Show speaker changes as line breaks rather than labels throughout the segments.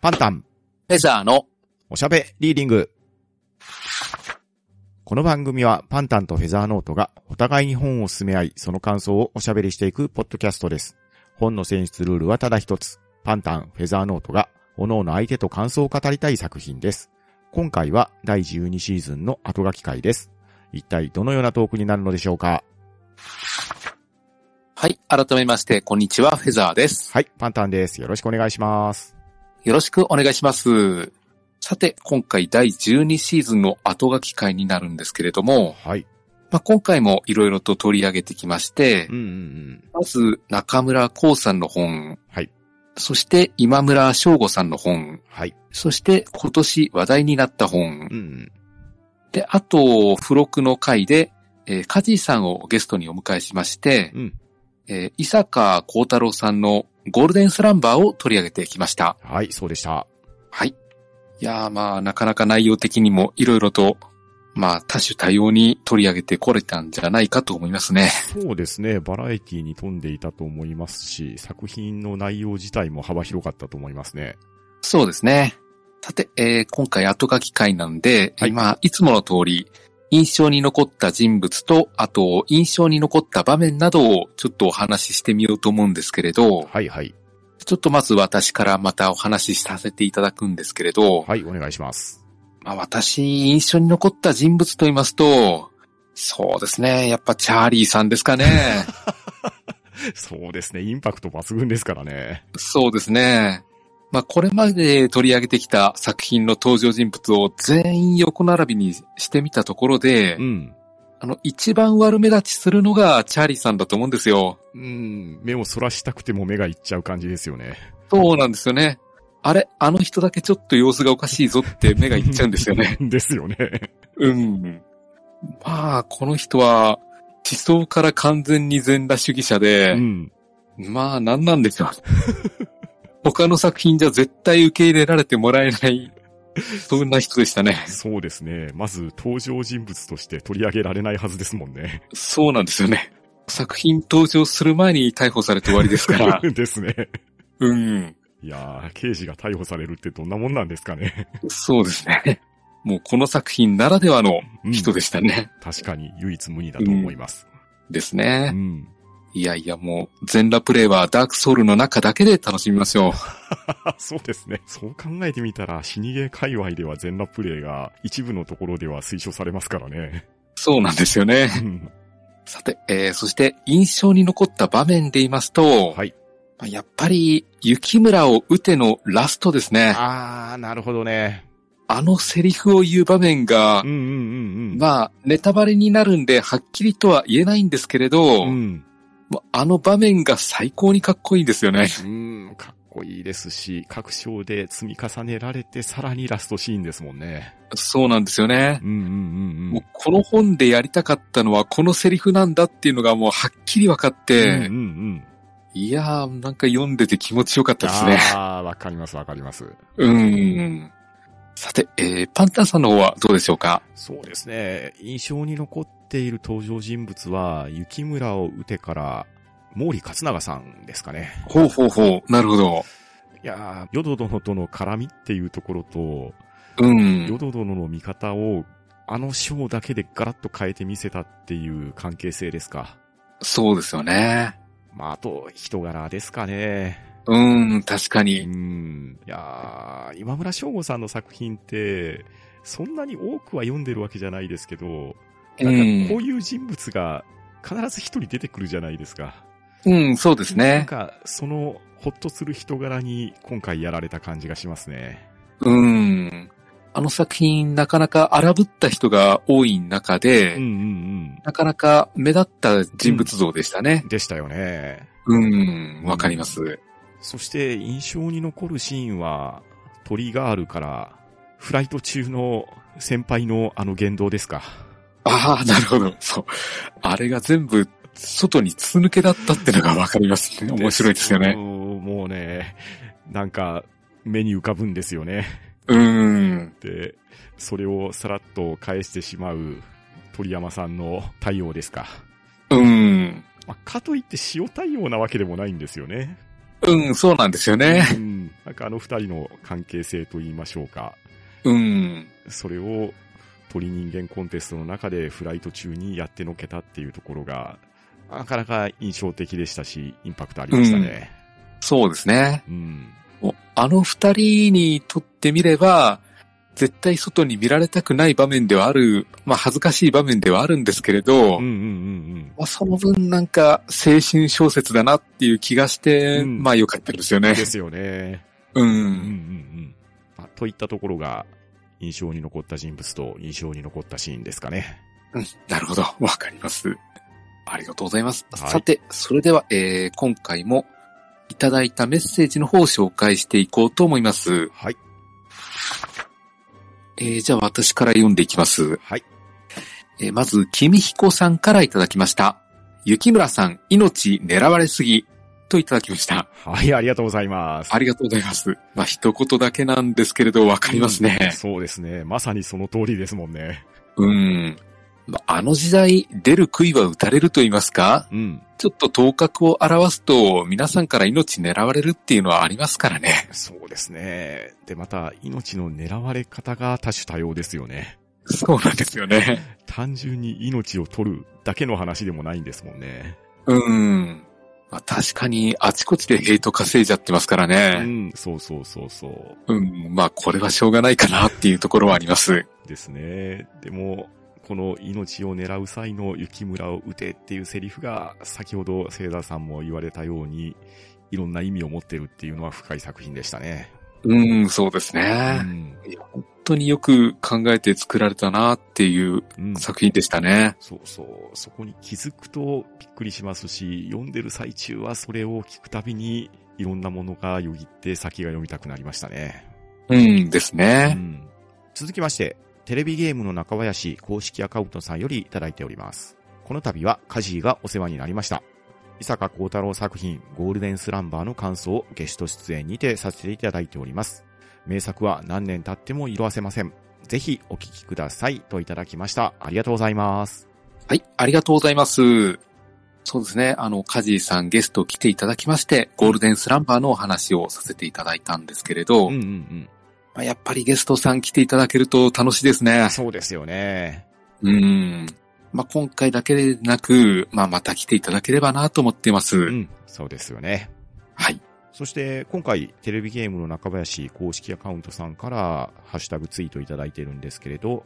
パンタン、
フェザーの、
おしゃべリーディング。この番組はパンタンとフェザーノートがお互いに本を進め合い、その感想をおしゃべりしていくポッドキャストです。本の選出ルールはただ一つ。パンタン、フェザーノートが、各々相手と感想を語りたい作品です。今回は第12シーズンの後書き会です。一体どのようなトークになるのでしょうか
はい、改めまして、こんにちは、フェザーです。
はい、パンタンです。よろしくお願いします。
よろしくお願いします。さて、今回第12シーズンの後書き会になるんですけれども、
はい。
まあ、今回もいろいろと取り上げてきまして
うん、うんうん。
まず中村光さんの本、
はい。
そして今村翔吾さんの本、
はい。
そして今年話題になった
う
本、
んうん。
で、あと、付録の回で、えー、カジさんをゲストにお迎えしまして、
うん。
えー、伊坂幸太郎さんのゴールデンスランバーを取り上げてきました。
はい、そうでした。
はい。いやーまあ、なかなか内容的にもいろいろと、まあ、多種多様に取り上げてこれたんじゃないかと思いますね。
そうですね。バラエティに富んでいたと思いますし、作品の内容自体も幅広かったと思いますね。
そうですね。さて、えー今回後書き会なんで、
はい
まあ、いつもの通り、印象に残った人物と、あと、印象に残った場面などをちょっとお話ししてみようと思うんですけれど、
はいはい。
ちょっとまず私からまたお話しさせていただくんですけれど、
はい、お願いします。
まあ私、印象に残った人物と言いますと、そうですね。やっぱチャーリーさんですかね。
そうですね。インパクト抜群ですからね。
そうですね。まあこれまで取り上げてきた作品の登場人物を全員横並びにしてみたところで、
うん。
あの一番悪目立ちするのがチャーリーさんだと思うんですよ。
うん。目をそらしたくても目がいっちゃう感じですよ ね。
そうなんですよね。あれ、あの人だけちょっと様子がおかしいぞって目がいっちゃうんですよね。。
ですよね。
うん。まあ、この人は、思想から完全に全裸主義者で、
うん。
まあ、なんなんでしょう。 他の作品じゃ絶対受け入れられてもらえない、そんな人でしたね。
そうですね。まず登場人物として取り上げられないはずですもん ね。
そうなんですよね。作品登場する前に逮捕されて終わりで すから。
ですね。
うん。
いやー、刑事が逮捕されるってどんなもんなんですかね。
そうですね。もうこの作品ならではの
うん
人でしたね。
確かに唯一無二だと思います。
です
う
ね。
ん。
いやいや、もう全裸プレイはダークソウルの中だけで楽しみましょう。
あそうですね。そう考えてみたら、死にゲー界隈では全裸プレイが一部のところでは推奨されますからね。
そうなんですよね。
うん
さて、えー、そして印象に残った場面で言いますと、
はい。
まあやっぱり、雪村を打てのラストですね。あ
あー、なるほどね。
のセリフを言う場面が
うん、うんうんうん。
まあ、ネタバレになるんで、はっきりとは言えないんですけれど、
うん。
もうあの場面が最高にかっこいいんですよね。
うん、かっこいいですし、各章で積み重ねられて、さらにラストシーンですもんね。
そうなんですよね。
うんうんうんう。
もうんこの本でやりたかったのはこのセリフなんだっていうのがもうはっきり分かって、
うんうんうん。
いやー、なんか読んでて気持ちよかったですね。
あー、わかりますわかります。
うん。さて、えー、パンタンさんの方はどうでしょうか
そうですね。印象に残っている登場人物は、雪村を打てから、毛利勝永さんですかね。
ほうほうほう。なるほど。
いやー、ヨド殿との絡みっていうところと、
うん。
ヨド殿の見方を、あの章だけでガラッと変えてみせたっていう関係性ですか。
そうですよね。
まあ、あと、人柄ですかね。
うん、確か
う
に。
ん。いやー、今村翔吾さんの作品って、そんなに多くは読んでるわけじゃないですけど、
う
なんかこ
ん
う、いう人物が必ず一人出てくるじゃないですか。
うん、そうです
なん
ね。
か、その、ほっとする人柄に今回やられた感じがしますね。
うん。あの作品、なかなか荒ぶった人が多い中
う
で、
んうん
なかなか目立った人物像でした
う
ね
ん。。でしたよね。
うん、わかります。
そして印象に残るシーンは、トリガールから、フライト中の先輩のあの言動ですか。
ああ、なるほど。そう。あれが全部、外に筒抜けだったってのがわかります ね。面白いですよね。
もうね、なんか、目に浮かぶんですよね。
うん。
で、それをさらっと返してしまう鳥山さんの対応ですか。
うん。
まあ、かといって塩対応なわけでもないんですよね。
うん、そうなんですよね。
うん。なんかあの二人の関係性と言いましょうか。
うん。
それを鳥人間コンテストの中でフライト中にやってのけたっていうところが、なかなか印象的でしたし、インパクトありましたね。
そうですね。
うん。
あの二人にとってみれば、絶対外に見られたくない場面ではある、まあ恥ずかしい場面ではあるんですけれど、
うんうんうん
まあその分なんか青春小説だなっていう気がして、
うん
まあ良かったですよ
うん。
ね
で。すよね。
う。
うんうんうんん。まあ、といったところが、印象に残った人物と印象に残ったシーンですかね。
なるほど。わかります。ありがとうございます。
はい
さて、それでは、えー今回もいただいたメッセージの方を紹介していこうと思います。
はい。
えーじゃあ私から読んでいきます。
はい。
えーまず、君彦さんからいただきました。雪村さん、命狙われすぎ。といただきました。
はい、ありがとうございます。
ありがとうございます。まあ、一言だけなんですけれど、わかりますね。
そうですね。まさにその通りですもんね。
うん。まああの時代、出る杭は打たれると言いますか、
うん。
ちょっと頭角を表すと、皆さんから命狙われるっていうのはありますからね。
そうですね。で、また、命の狙われ方が多種多様ですよね。
そうなんですよね。
単純に命を取るだけの話でもないんですもんね。
うん。まあ、確かに、あちこちでヘイト稼いじゃってますから
う
ね。
ん、そうそうそうそう。
うん。まあ、これはしょうがないかなっていうところはあります。
ですね。でも、この命を狙う際の雪村を撃てっていうセリフが、先ほど聖座さんも言われたように、いろんな意味を持ってるっていうのは深い作品でしたね。
うん、そうで
う
すね。
ん
本当によく考えて作られたなっていう
うん
作品でしたね。
そうそう。そこに気づくとびっくりしますし、読んでる最中はそれを聞くたびに、いろんなものがよぎって先が読みたくなりましたね。
うんですね。
うん続きまして、テレビゲームの中林公式アカウントさんよりいただいております。この度はカジーがお世話になりました。伊坂幸太郎作品ゴールデンスランバーの感想をゲスト出演にてさせていただいております。名作は何年経っても色あせません。ぜひお聞きくださいといただきました。ありがとうございます。
はい、ありがとうございます。そうですね。あの、カジーさんゲスト来ていただきまして、ゴールデンスランバーのお話をさせていただいたんですけれど、
うんう
ま
んうん。
あ、やっぱりゲストさん来ていただけると楽しいですね。
そうですよね。
うん。まあ、今回だけでなく、まあ、また来ていただければなと思っています。
うん、そうですよね。
はい。
そして今回テレビゲームの中林公式アカウントさんからハッシュタグツイートいただいているんですけれど、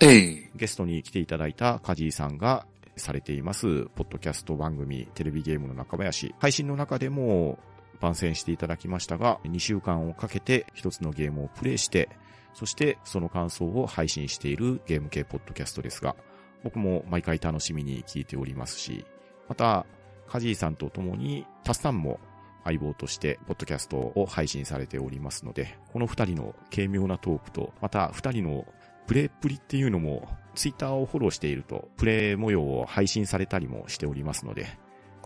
ええ
ゲストに来ていただいたカジーさんがされています、ポッドキャスト番組、テレビゲームの中林。配信の中でも番宣していただきましたが、2週間をかけて一つのゲームをプレイして、そしてその感想を配信しているゲーム系ポッドキャストですが、僕も毎回楽しみに聞いておりますし、また、カジーさんと共にタスさんも相棒として、ポッドキャストを配信されておりますので、この二人の軽妙なトークと、また二人のプレイっぷりっていうのも、ツイッターをフォローしていると、プレイ模様を配信されたりもしておりますので、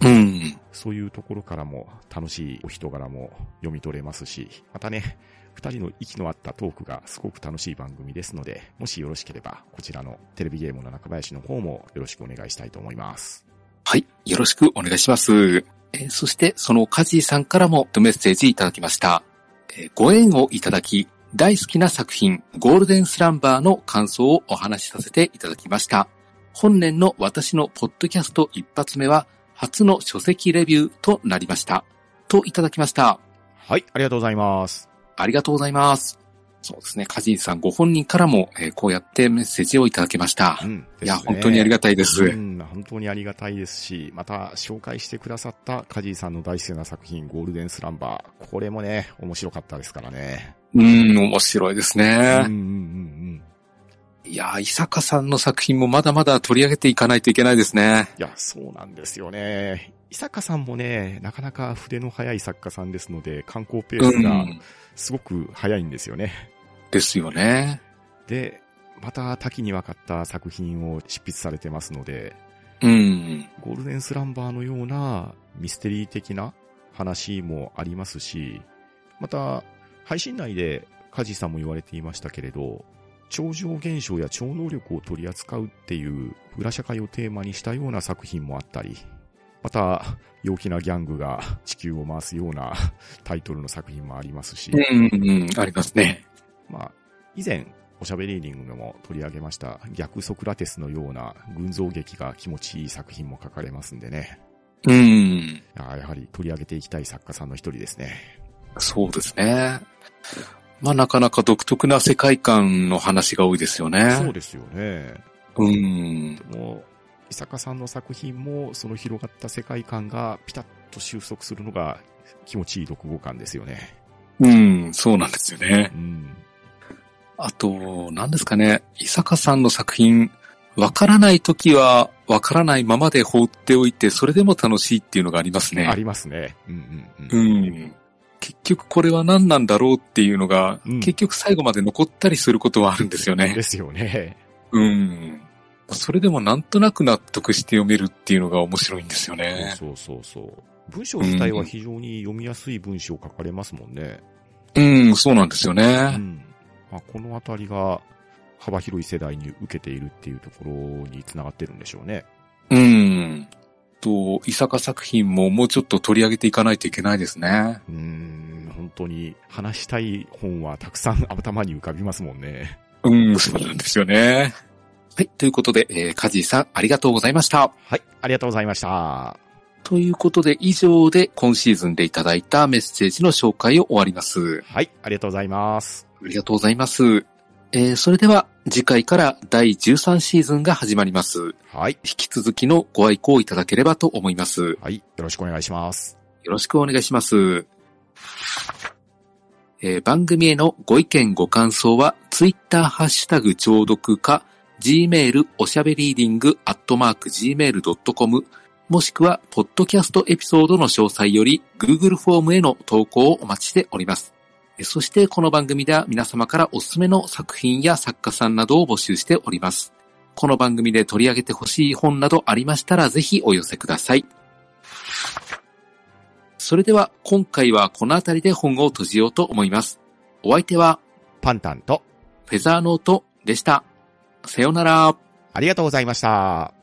うん。
そういうところからも楽しいお人柄も読み取れますし、またね、二人の息の合ったトークがすごく楽しい番組ですので、もしよろしければ、こちらのテレビゲームの中林の方もよろしくお願いしたいと思います。
はい。よろしくお願いします。えーそして、そのカジーさんからもメッセージいただきました。えーご縁をいただき、大好きな作品、ゴールデンスランバーの感想をお話しさせていただきました。本年の私のポッドキャスト一発目は、初の書籍レビューとなりました。といただきました。
はい、ありがとうございます。
ありがとうございます。そうですね、カジーさんご本人からも、えーこうやってメッセージをいただきました。
ん、
いや、本当にあり
が
がたいです。
うん、本当にありがたいですし、また紹介してくださったカジーさんの大好きな作品、ゴールデンスランバー。これもね、面白かったですからね。
うん、面白いです
う
ね。
んうんうん。
いやー、伊坂さんの作品もまだまだ取り上げていかないといけないですね。
いや、そうなんですよね。伊坂さんもね、なかなか筆の速い作家さんですので、観光ペースが。すごく速いんですよね。
ですよね。
で、また多岐にわかった作品を執筆されてますので、
うん。
ゴールデンスランバーのようなミステリー的な話もありますし、また、配信内でカジさんも言われていましたけれど、超常現象や超能力を取り扱うっていう裏社会をテーマにしたような作品もあったり、また、陽気なギャングが地球を回すようなタイトルの作品もありますし、
うんうんうん、ありますね。
まあ、以前、おしゃべりーディングでも取り上げました逆ソクラテスのような群像劇が気持ちいい作品も書かれますんでね。
うん。
あーやはり取り上げていきたい作家さんの一人ですね。
そうですね。まあなかなか独特な世界観の話が多いですよね。
そうですよね。
うん。
もう、伊坂さんの作品もその広がった世界観がピタッと収束するのが気持ちいい読後感ですよね。
うん、そうなんですよね
う。ん。
あと、何ですかね。伊坂さんの作品、わからないときは、わからないままで放っておいて、それでも楽しいっていうのがありますね。
ありますね。うんうん
う
うん。
ん。結局これは何なんだろうっていうのが、
うん
結局最後まで残ったりすることはあるんですよね
で。すよね。
うん。それでもなんとなく納得して読めるっていうのが面白いんですよね。
そうそうそう。文章自体は非常に読みやすい文章を書かれますもんね。
うん、そうなんですよ
う
ね。
ん。まあ、このあたりが幅広い世代に受けているっていうところにつながってるんでしょうね。
うん。と、伊坂作品ももうちょっと取り上げていかないといけないですね。
うーん、本当に話したい本はたくさん頭に浮かびますもんね。
うん、そうなんですよね。はい、ということで、えー、カジーさん、ありがとうございました。
はい、ありがとうございました。
ということで、以上で今シーズンでいただいたメッセージの紹介を終わります。
はい、ありがとうございます。
ありがとうございます。えー、それでは、次回から第13シーズンが始まります。引
はい、
き続きのご愛顧をいただければと思います。
はい、よろしくお願いします。
よろしくお願いします。えー番組へのご意見ご感想は、ツイッターハッシュタグ聴読か、gmail おしゃべりーディングアットマーク gmail.com、もしくは、ポッドキャストエピソードの詳細より、Google フォームへの投稿をお待ちしております。えーそして、この番組では皆様からおすすめの作品や作家さんなどを募集しております。この番組で取り上げてほしい本などありましたら、ぜひお寄せください。それでは今回はこの辺りで本を閉じようと思います。お相手は
パンタンと、
フェザーノートでした。さようなら。
ありがとうございました。